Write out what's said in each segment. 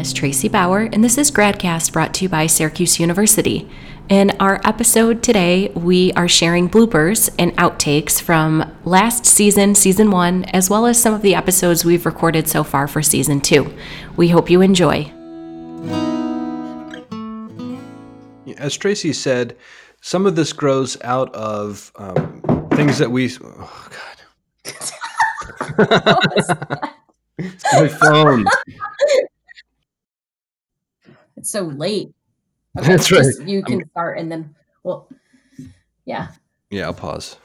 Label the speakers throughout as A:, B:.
A: is Tracy Bauer, and this is Gradcast brought to you by Syracuse University. In our episode today, we are sharing bloopers and outtakes from last season, season one, as well as some of the episodes we've recorded so far for season two. We hope you enjoy.
B: As Tracy said, some of this grows out of um, things that we. Oh, God. it's my phone.
C: It's so late.
B: Okay, That's right. Just,
C: you can I'm... start and then, well, yeah.
B: Yeah, I'll pause.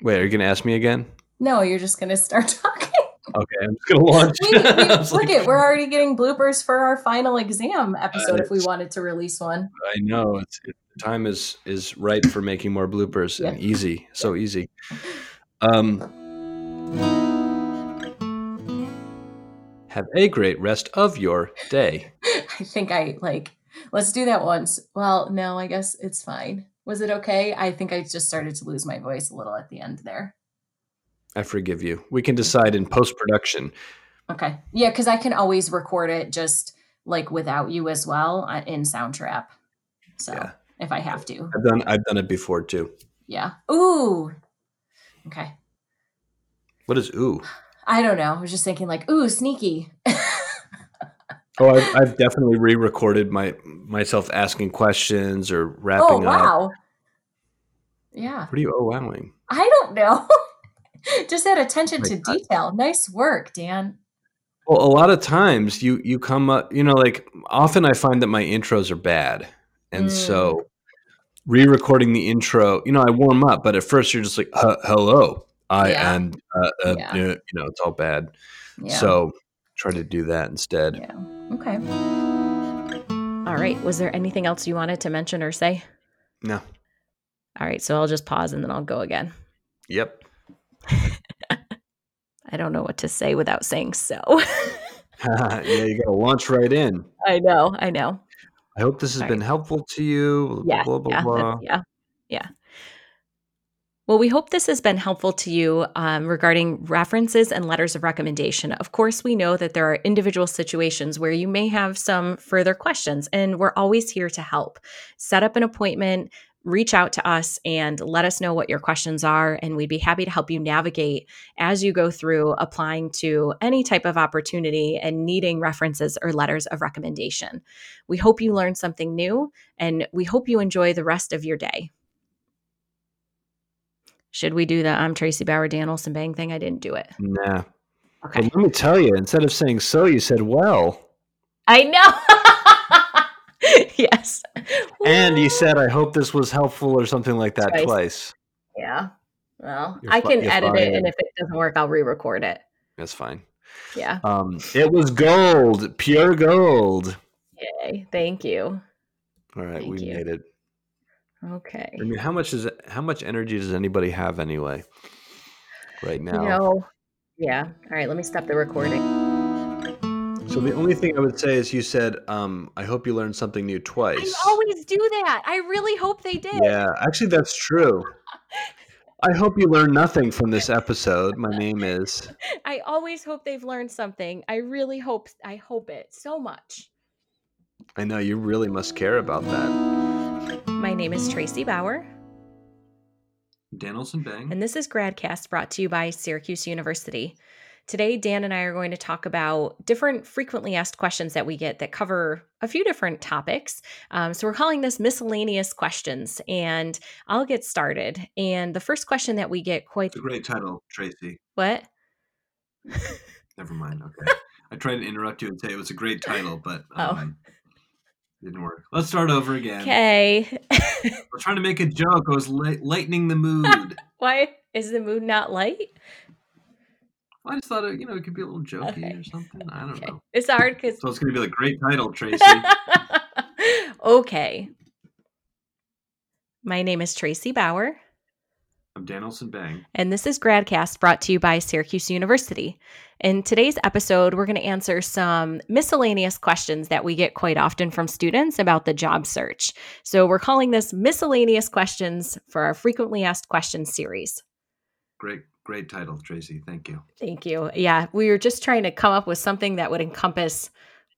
B: Wait, are you going to ask me again?
C: No, you're just going to start talking.
B: Okay, I'm just going to launch.
C: we, we, look like, it, we're already getting bloopers for our final exam episode uh, if we wanted to release one.
B: I know. It's, it, time is is right for making more bloopers yeah. and easy. So easy. Um, have a great rest of your day.
C: I think I like, let's do that once. Well, no, I guess it's fine. Was it okay? I think I just started to lose my voice a little at the end there.
B: I forgive you. We can decide in post production.
C: Okay. Yeah, because I can always record it just like without you as well uh, in Soundtrap. So yeah. if I have to,
B: I've done I've done it before too.
C: Yeah. Ooh. Okay.
B: What is ooh?
C: I don't know. I was just thinking like, ooh, sneaky.
B: oh, I've, I've, definitely re-recorded my myself asking questions or wrapping oh,
C: wow.
B: Up.
C: Yeah.
B: What are you oh wowing?
C: I don't know. just that attention my to God. detail. Nice work, Dan.
B: Well, a lot of times you you come up, you know, like often I find that my intros are bad, and mm. so re-recording the intro, you know, I warm up, but at first you're just like, "Hello, I
C: Yeah.
B: am, uh, uh,
C: Yeah.
B: you know, you know, it's all bad.
C: Yeah.
B: So try to do that instead.
C: Yeah. Okay.
A: All right, was there anything else you wanted to mention or say?
B: No.
A: All right, so I'll just pause and then I'll go again.
B: Yep.
A: I don't know what to say without saying so.
B: yeah, you got to launch right in.
A: I know, I know.
B: I hope this has
A: All
B: been helpful to you.
A: Yeah,
B: blah, blah,
A: yeah,
B: blah.
A: that's- yeah, yeah. Well, we hope this has been helpful to you um, regarding references and letters of recommendation. Of course, we know that there are individual situations where you may have some further questions, and we're always here to help. Set up an appointment, reach out to us, and let us know what your questions are, and we'd be happy to help you navigate as you go through applying to any type of opportunity and needing references or letters of recommendation. We hope you learned something new, and we hope you enjoy the rest of your day. Should we do the I'm Tracy Bauer Dan Olson Bang thing? I didn't do it.
B: Nah. But
A: Okay.
B: let me tell you, instead of saying so, you said well.
A: I know. yes.
B: And you said, I hope this was helpful or something like that
A: Twice.
B: twice.
A: Yeah. Well,
B: You're
A: I
B: fi-
A: can
B: you're
A: edit
B: fired.
A: it and if it doesn't work, I'll re record it.
B: That's fine.
A: Yeah.
B: Um, it was gold, pure gold.
A: Yay. Thank you.
B: All right,
A: Thank
B: we
A: you.
B: made it.
A: Okay.
B: I mean, how much is how much energy does anybody have anyway? Right now.
A: You know, yeah. All right. Let me stop the recording.
B: So the only thing I would say is you said, um, I hope you learned something new twice.
A: always do that. I really hope they did.
B: Yeah, actually, that's true. I hope you learned nothing from this episode. My name is.
A: I always hope they've learned something. I really hope, I hope it so much.
B: I know you really must care about that.
A: My name is Tracy Bauer.
B: Danielson Bang.
A: And this is Gradcast brought to you by Syracuse University. Today, Dan and I are going to talk about different frequently asked questions that we get that cover a few different topics. Um, so, we're calling this miscellaneous questions. And I'll get started. And the first question that we get quite
B: great title, Tracy.
A: what?
B: Never mind. Okay. I tried to interrupt you and say it was a great title, but um,
A: Oh.
B: didn't work. Let's start over again.
A: Okay.
B: I'm trying to make a joke. I was light- lightening the mood.
A: Why is the mood not light?
B: I just thought it, you know it could be a little jokey
A: Okay.
B: or something. I don't
A: Okay.
B: know.
A: It's hard because.
B: So it's gonna be like great title, Oh. Tracy.
A: okay. My name is Tracy Bauer.
B: I'm Dan Olson Bang.
A: And this is Gradcast brought to you by Syracuse University. In today's episode, we're going to answer some miscellaneous questions that we get quite often from students about the job search. So we're calling this miscellaneous questions for our frequently asked questions series.
B: Great, great title, Tracy. Thank you.
A: Thank you. Yeah, we were just trying to come up with something that would encompass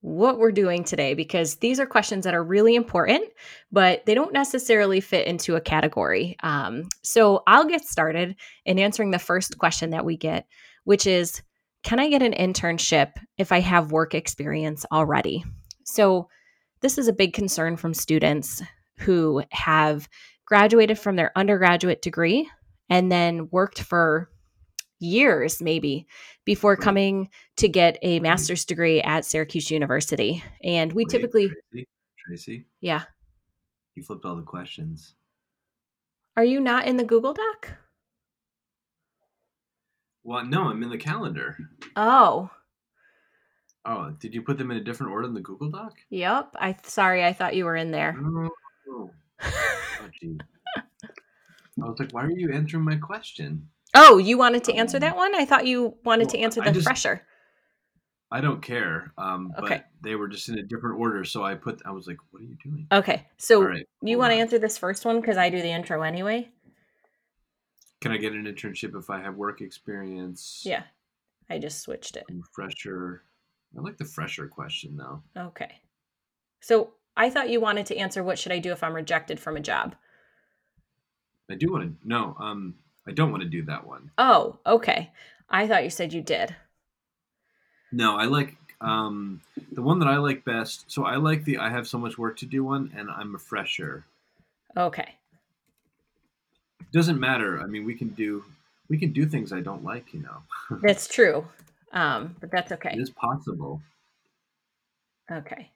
A: what we're doing today because these are questions that are really important, but they don't necessarily fit into a category. Um, so I'll get started in answering the first question that we get, which is Can I get an internship if I have work experience already? So this is a big concern from students who have graduated from their undergraduate degree and then worked for years maybe before coming to get a master's degree at Syracuse University. And we
D: Wait,
A: typically,
D: Tracy, Tracy,
A: yeah.
D: you flipped all the questions.
A: Are you not in the Google Doc?
D: Well, no, I'm in the calendar.
A: Oh,
D: Oh, did you put them in a different order in the Google Doc?
A: yep. I sorry, I thought you were in there.
D: Oh, oh gee. I was like, why are you answering my question?
A: Oh, you wanted to answer that one? I thought you wanted to
D: Well,
A: answer
D: I
A: the
D: just-
A: fresher.
D: I don't care. Um,
A: Okay.
D: But they were just in a different order, so I put. I was like, what are you doing?
A: Okay. So
D: All right.
A: you
D: hold
A: want to
D: on.
A: answer this first one because I do the intro anyway?
D: Can I get an internship if I have work experience?
A: Yeah. I just switched it.
D: I'm fresher. I like the fresher question though.
A: Okay. So I thought you wanted to answer what should I do if I'm rejected from a job?
D: I do want to. No, um, I don't want to do that one.
A: Oh, okay. I thought you said you did.
D: No, I like um, the one that I like best. So I like the I have so much work to do one, and I'm a fresher.
A: Okay.
D: Doesn't matter. I mean, we can do we can do things I don't like. You know,
A: That's true. Um, but that's okay.
D: it is possible.
A: Okay.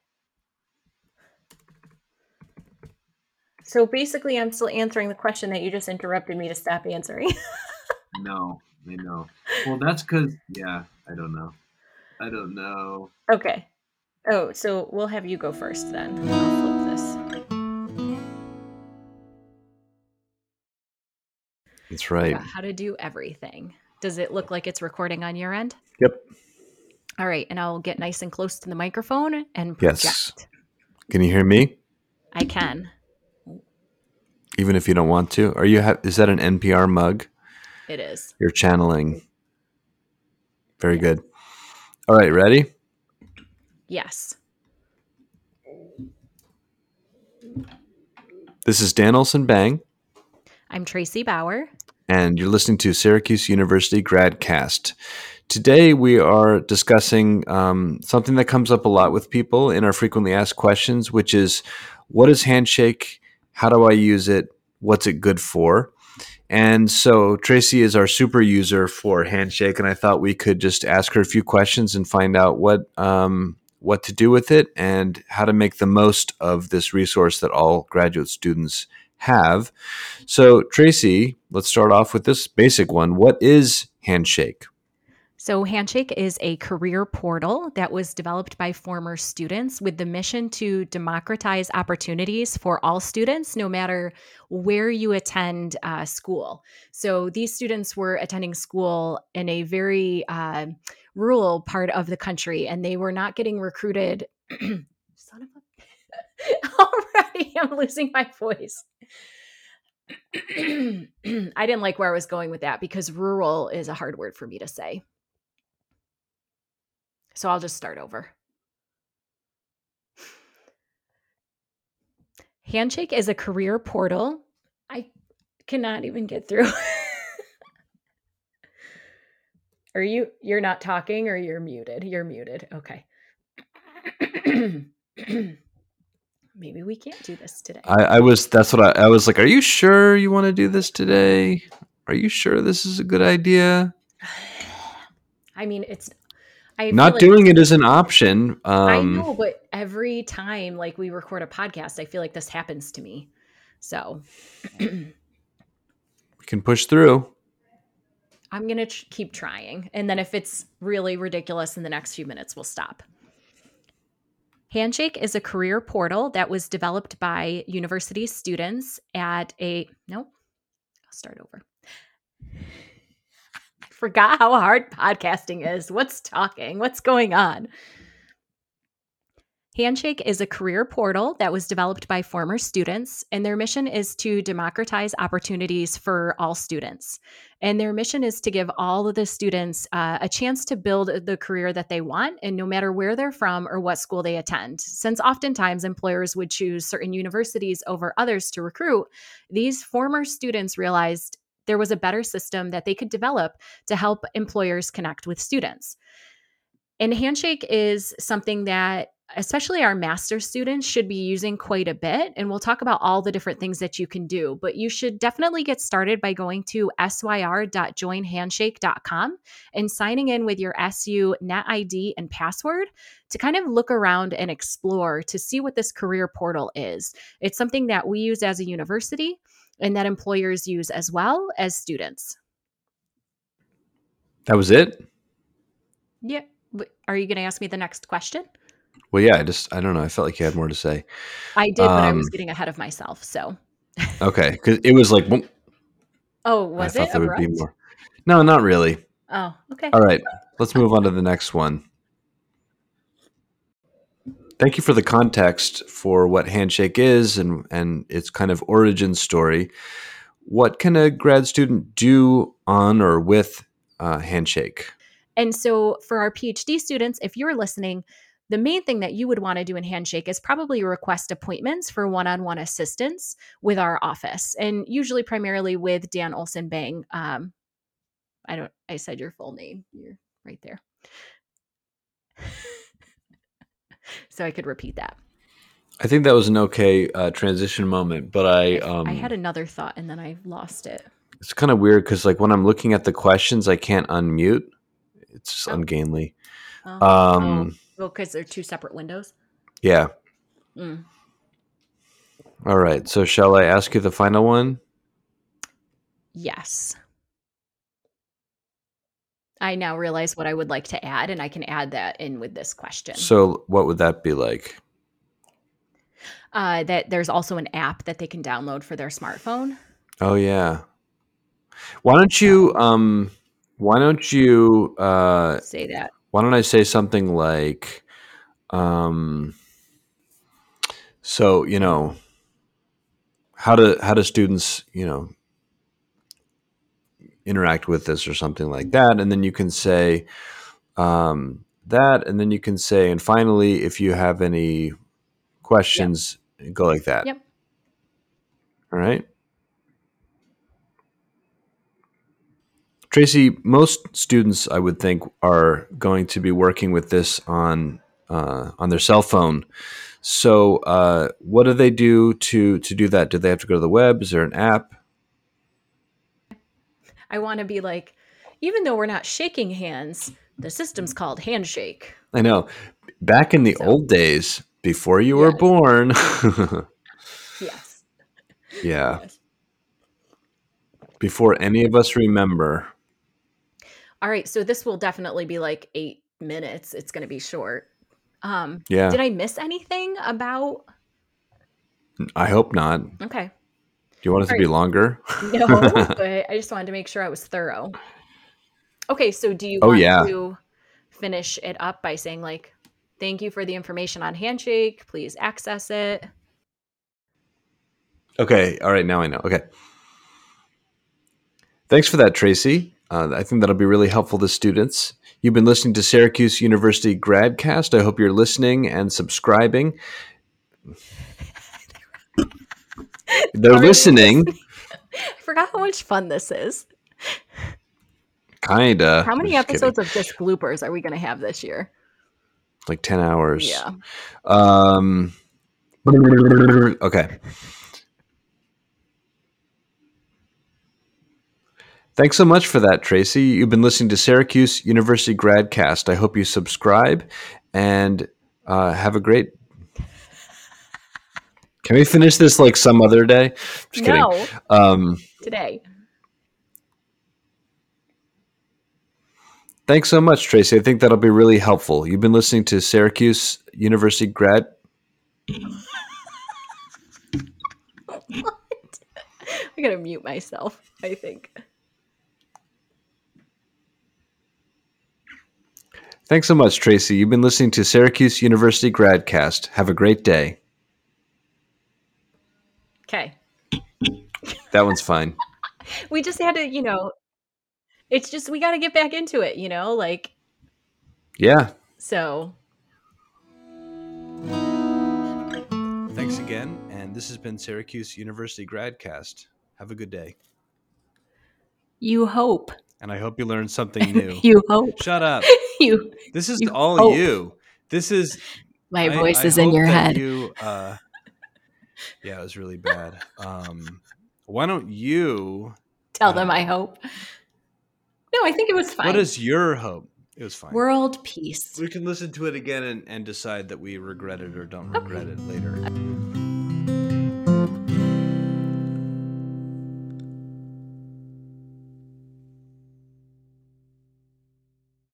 A: So basically, I'm still answering the question that you just interrupted me to stop answering.
D: No, I know. Well, that's because yeah, I don't know. I don't know.
A: okay. Oh, so we'll have you go first then. I'll flip this.
B: That's right.
A: about how to do everything. Does it look like it's recording on your end?
B: Yep.
A: All right, and I'll get nice and close to the microphone and project.
B: Yes. Can you hear me?
A: I can.
B: Even if you don't want to. Are you? Ha- is that an NPR mug?
A: It is.
B: You're channeling. Very good. All right. Ready?
A: Yes.
B: This is Dan Olson Bang,
A: I'm Tracy Bauer.
B: and you're listening to Syracuse University Gradcast. Today, we are discussing um, something that comes up a lot with people in our frequently asked questions, which is what is Handshake? How do I use it? What's it good for? And so, Tracy is our super user for Handshake, and I thought we could just ask her a few questions and find out what. Um, what to do with it and how to make the most of this resource that all graduate students have. So, Tracy, let's start off with this basic one. What is Handshake?
A: So, Handshake is a career portal that was developed by former students with the mission to democratize opportunities for all students, no matter where you attend uh, school. So, these students were attending school in a very uh, rural part of the country, and they were not getting recruited. Son of a. Already, I'm losing my voice. I didn't like where I was going with that because rural is a hard word for me to say. So I'll just start over. Handshake is a career portal. I cannot even get through. Are you you're not talking or you're muted? You're muted. Okay. Maybe we can't do this today.
B: I, I was that's what I, I was like. Are you sure you want to do this today? Are you sure this is a good idea?
A: I mean, it's I feel
B: Not
A: like-
B: doing it is an option. Um,
A: I know, but every time like we record a podcast, I feel like this happens to me. So
B: We can push through.
A: I'm gonna tr- keep trying, and then if it's really ridiculous in the next few minutes, we'll stop. Handshake is a career portal that was developed by university students at a no. I'll start over. I forgot how hard podcasting is. What's talking? What's going on? Handshake is a career portal that was developed by former students, and their mission is to democratize opportunities for all students. And their mission is to give all of the students uh, a chance to build the career that they want, and no matter where they're from or what school they attend. Since oftentimes employers would choose certain universities over others to recruit, these former students realized there was a better system that they could develop to help employers connect with students. And Handshake is something that especially our master students should be using quite a bit and we'll talk about all the different things that you can do but you should definitely get started by going to syr.joinhandshake.com and signing in with your su net id and password to kind of look around and explore to see what this career portal is it's something that we use as a university and that employers use as well as students
B: That was it.
A: yeah W- are you going to ask me the next question
B: Well, yeah. I just I don't know. I felt like you had more to say.
A: i did but i was
B: Um,
A: getting ahead of myself so
B: Okay, because it was like boom,
A: oh was
B: I
A: it
B: thought there would be
A: abrupt?
B: more. No, not really.
A: oh okay
B: All right, let's move on to the next one. Thank you for the context for what Handshake is and, and its kind of origin story. What can a grad student do on or with uh, Handshake?
A: And so, for our PhD students, if you're listening, the main thing that you would want to do in Handshake is probably request appointments for one on one assistance with our office, and usually primarily with Dan Olson Bang. Um, I don't, I said your full name. You're right there. so I could repeat that.
B: I think that was an okay uh, transition moment, but I um,
A: I had another thought and then I lost it.
B: it's kind of weird because like when I'm looking at the questions, I can't unmute. It's just
A: Oh.
B: ungainly.
A: Oh,
B: Um,
A: well, because they're two separate windows.
B: Yeah.
A: Mm.
B: All right. So shall I ask you the final one?
A: Yes. I now realize what I would like to add, and I can add that in with this question.
B: So what would that be like?
A: uh, that there's also an app that they can download for their smartphone.
B: Oh yeah. Why don't you um why don't you uh
A: Say that.
B: why don't I say something like um so, you know, how do how do students, you know, interact with this or something like that and then you can say um that and then you can say and finally if you have any questions go like that.
A: Yep.
B: All right. Tracy, most students, I would think, are going to be working with this on uh, on their cell phone. So, uh, what do they do to to do that? Do they have to go to the web? Is there an app?
A: I want to be like, even though we're not shaking hands, the system's called Handshake.
B: I know. Back in the
A: So-
B: old days, before you were
A: Yes.
B: born,
A: Yes.
B: yeah,
A: Yes.
B: before any of us remember.
A: All right. So this will definitely be like eight minutes. It's going to be short. Um,
B: Yeah,
A: Did I miss anything about?
B: I hope not. Do
A: Okay.
B: you want it to
A: All
B: be longer?
A: No, but I just wanted to make sure I was thorough. Okay, so do you
B: Oh,
A: want
B: yeah.
A: to finish it up by saying like, "Thank you for the information on Handshake. Please access it."
B: Okay. All right. Now I know. Okay. Thanks for that, Tracy. Uh, I think that'll be really helpful to students. You've been listening to Syracuse University Gradcast. I hope you're listening and subscribing. They're
A: Are they
B: listening,
A: I forgot how much fun this is.
B: kinda.
A: How many
B: Uh, Just kidding.
A: episodes of just bloopers are we going to have this year?
B: Like ten hours.
A: Yeah.
B: Um. Okay. Thanks so much for that, Tracy. You've been listening to Syracuse University Gradcast. I hope you subscribe and uh, have a great. Can we finish this like some other day? Just kidding.
A: no,
B: Um,
A: today.
B: thanks so much, Tracy. I think that'll be really helpful. You've been listening to Syracuse University Grad.
A: I'm going to mute myself, I think.
B: Thanks so much, Tracy. You've been listening to Syracuse University Gradcast. Have a great day.
A: Okay.
B: That one's fine.
A: we just had to, you know, it's just we got to get back into it, you know, like
B: Yeah.
A: so.
B: Thanks again. And this has been Syracuse University Gradcast. Have a good day.
A: You hope.
B: And I hope you learned something new.
A: You hope.
B: Shut up.
A: You
B: This is
A: You
B: all
A: hope.
B: you. This is
A: my
B: I-
A: voice
B: I
A: is in
B: hope
A: your
B: that
A: head.
B: you, uh, yeah, it was really bad. Um, why don't you?
A: Tell them
B: uh,
A: I hope. No, I think it was fine.
B: What is your hope? It was fine.
A: World peace.
B: we can listen to it again and, and decide that we regret it or don't regret it later.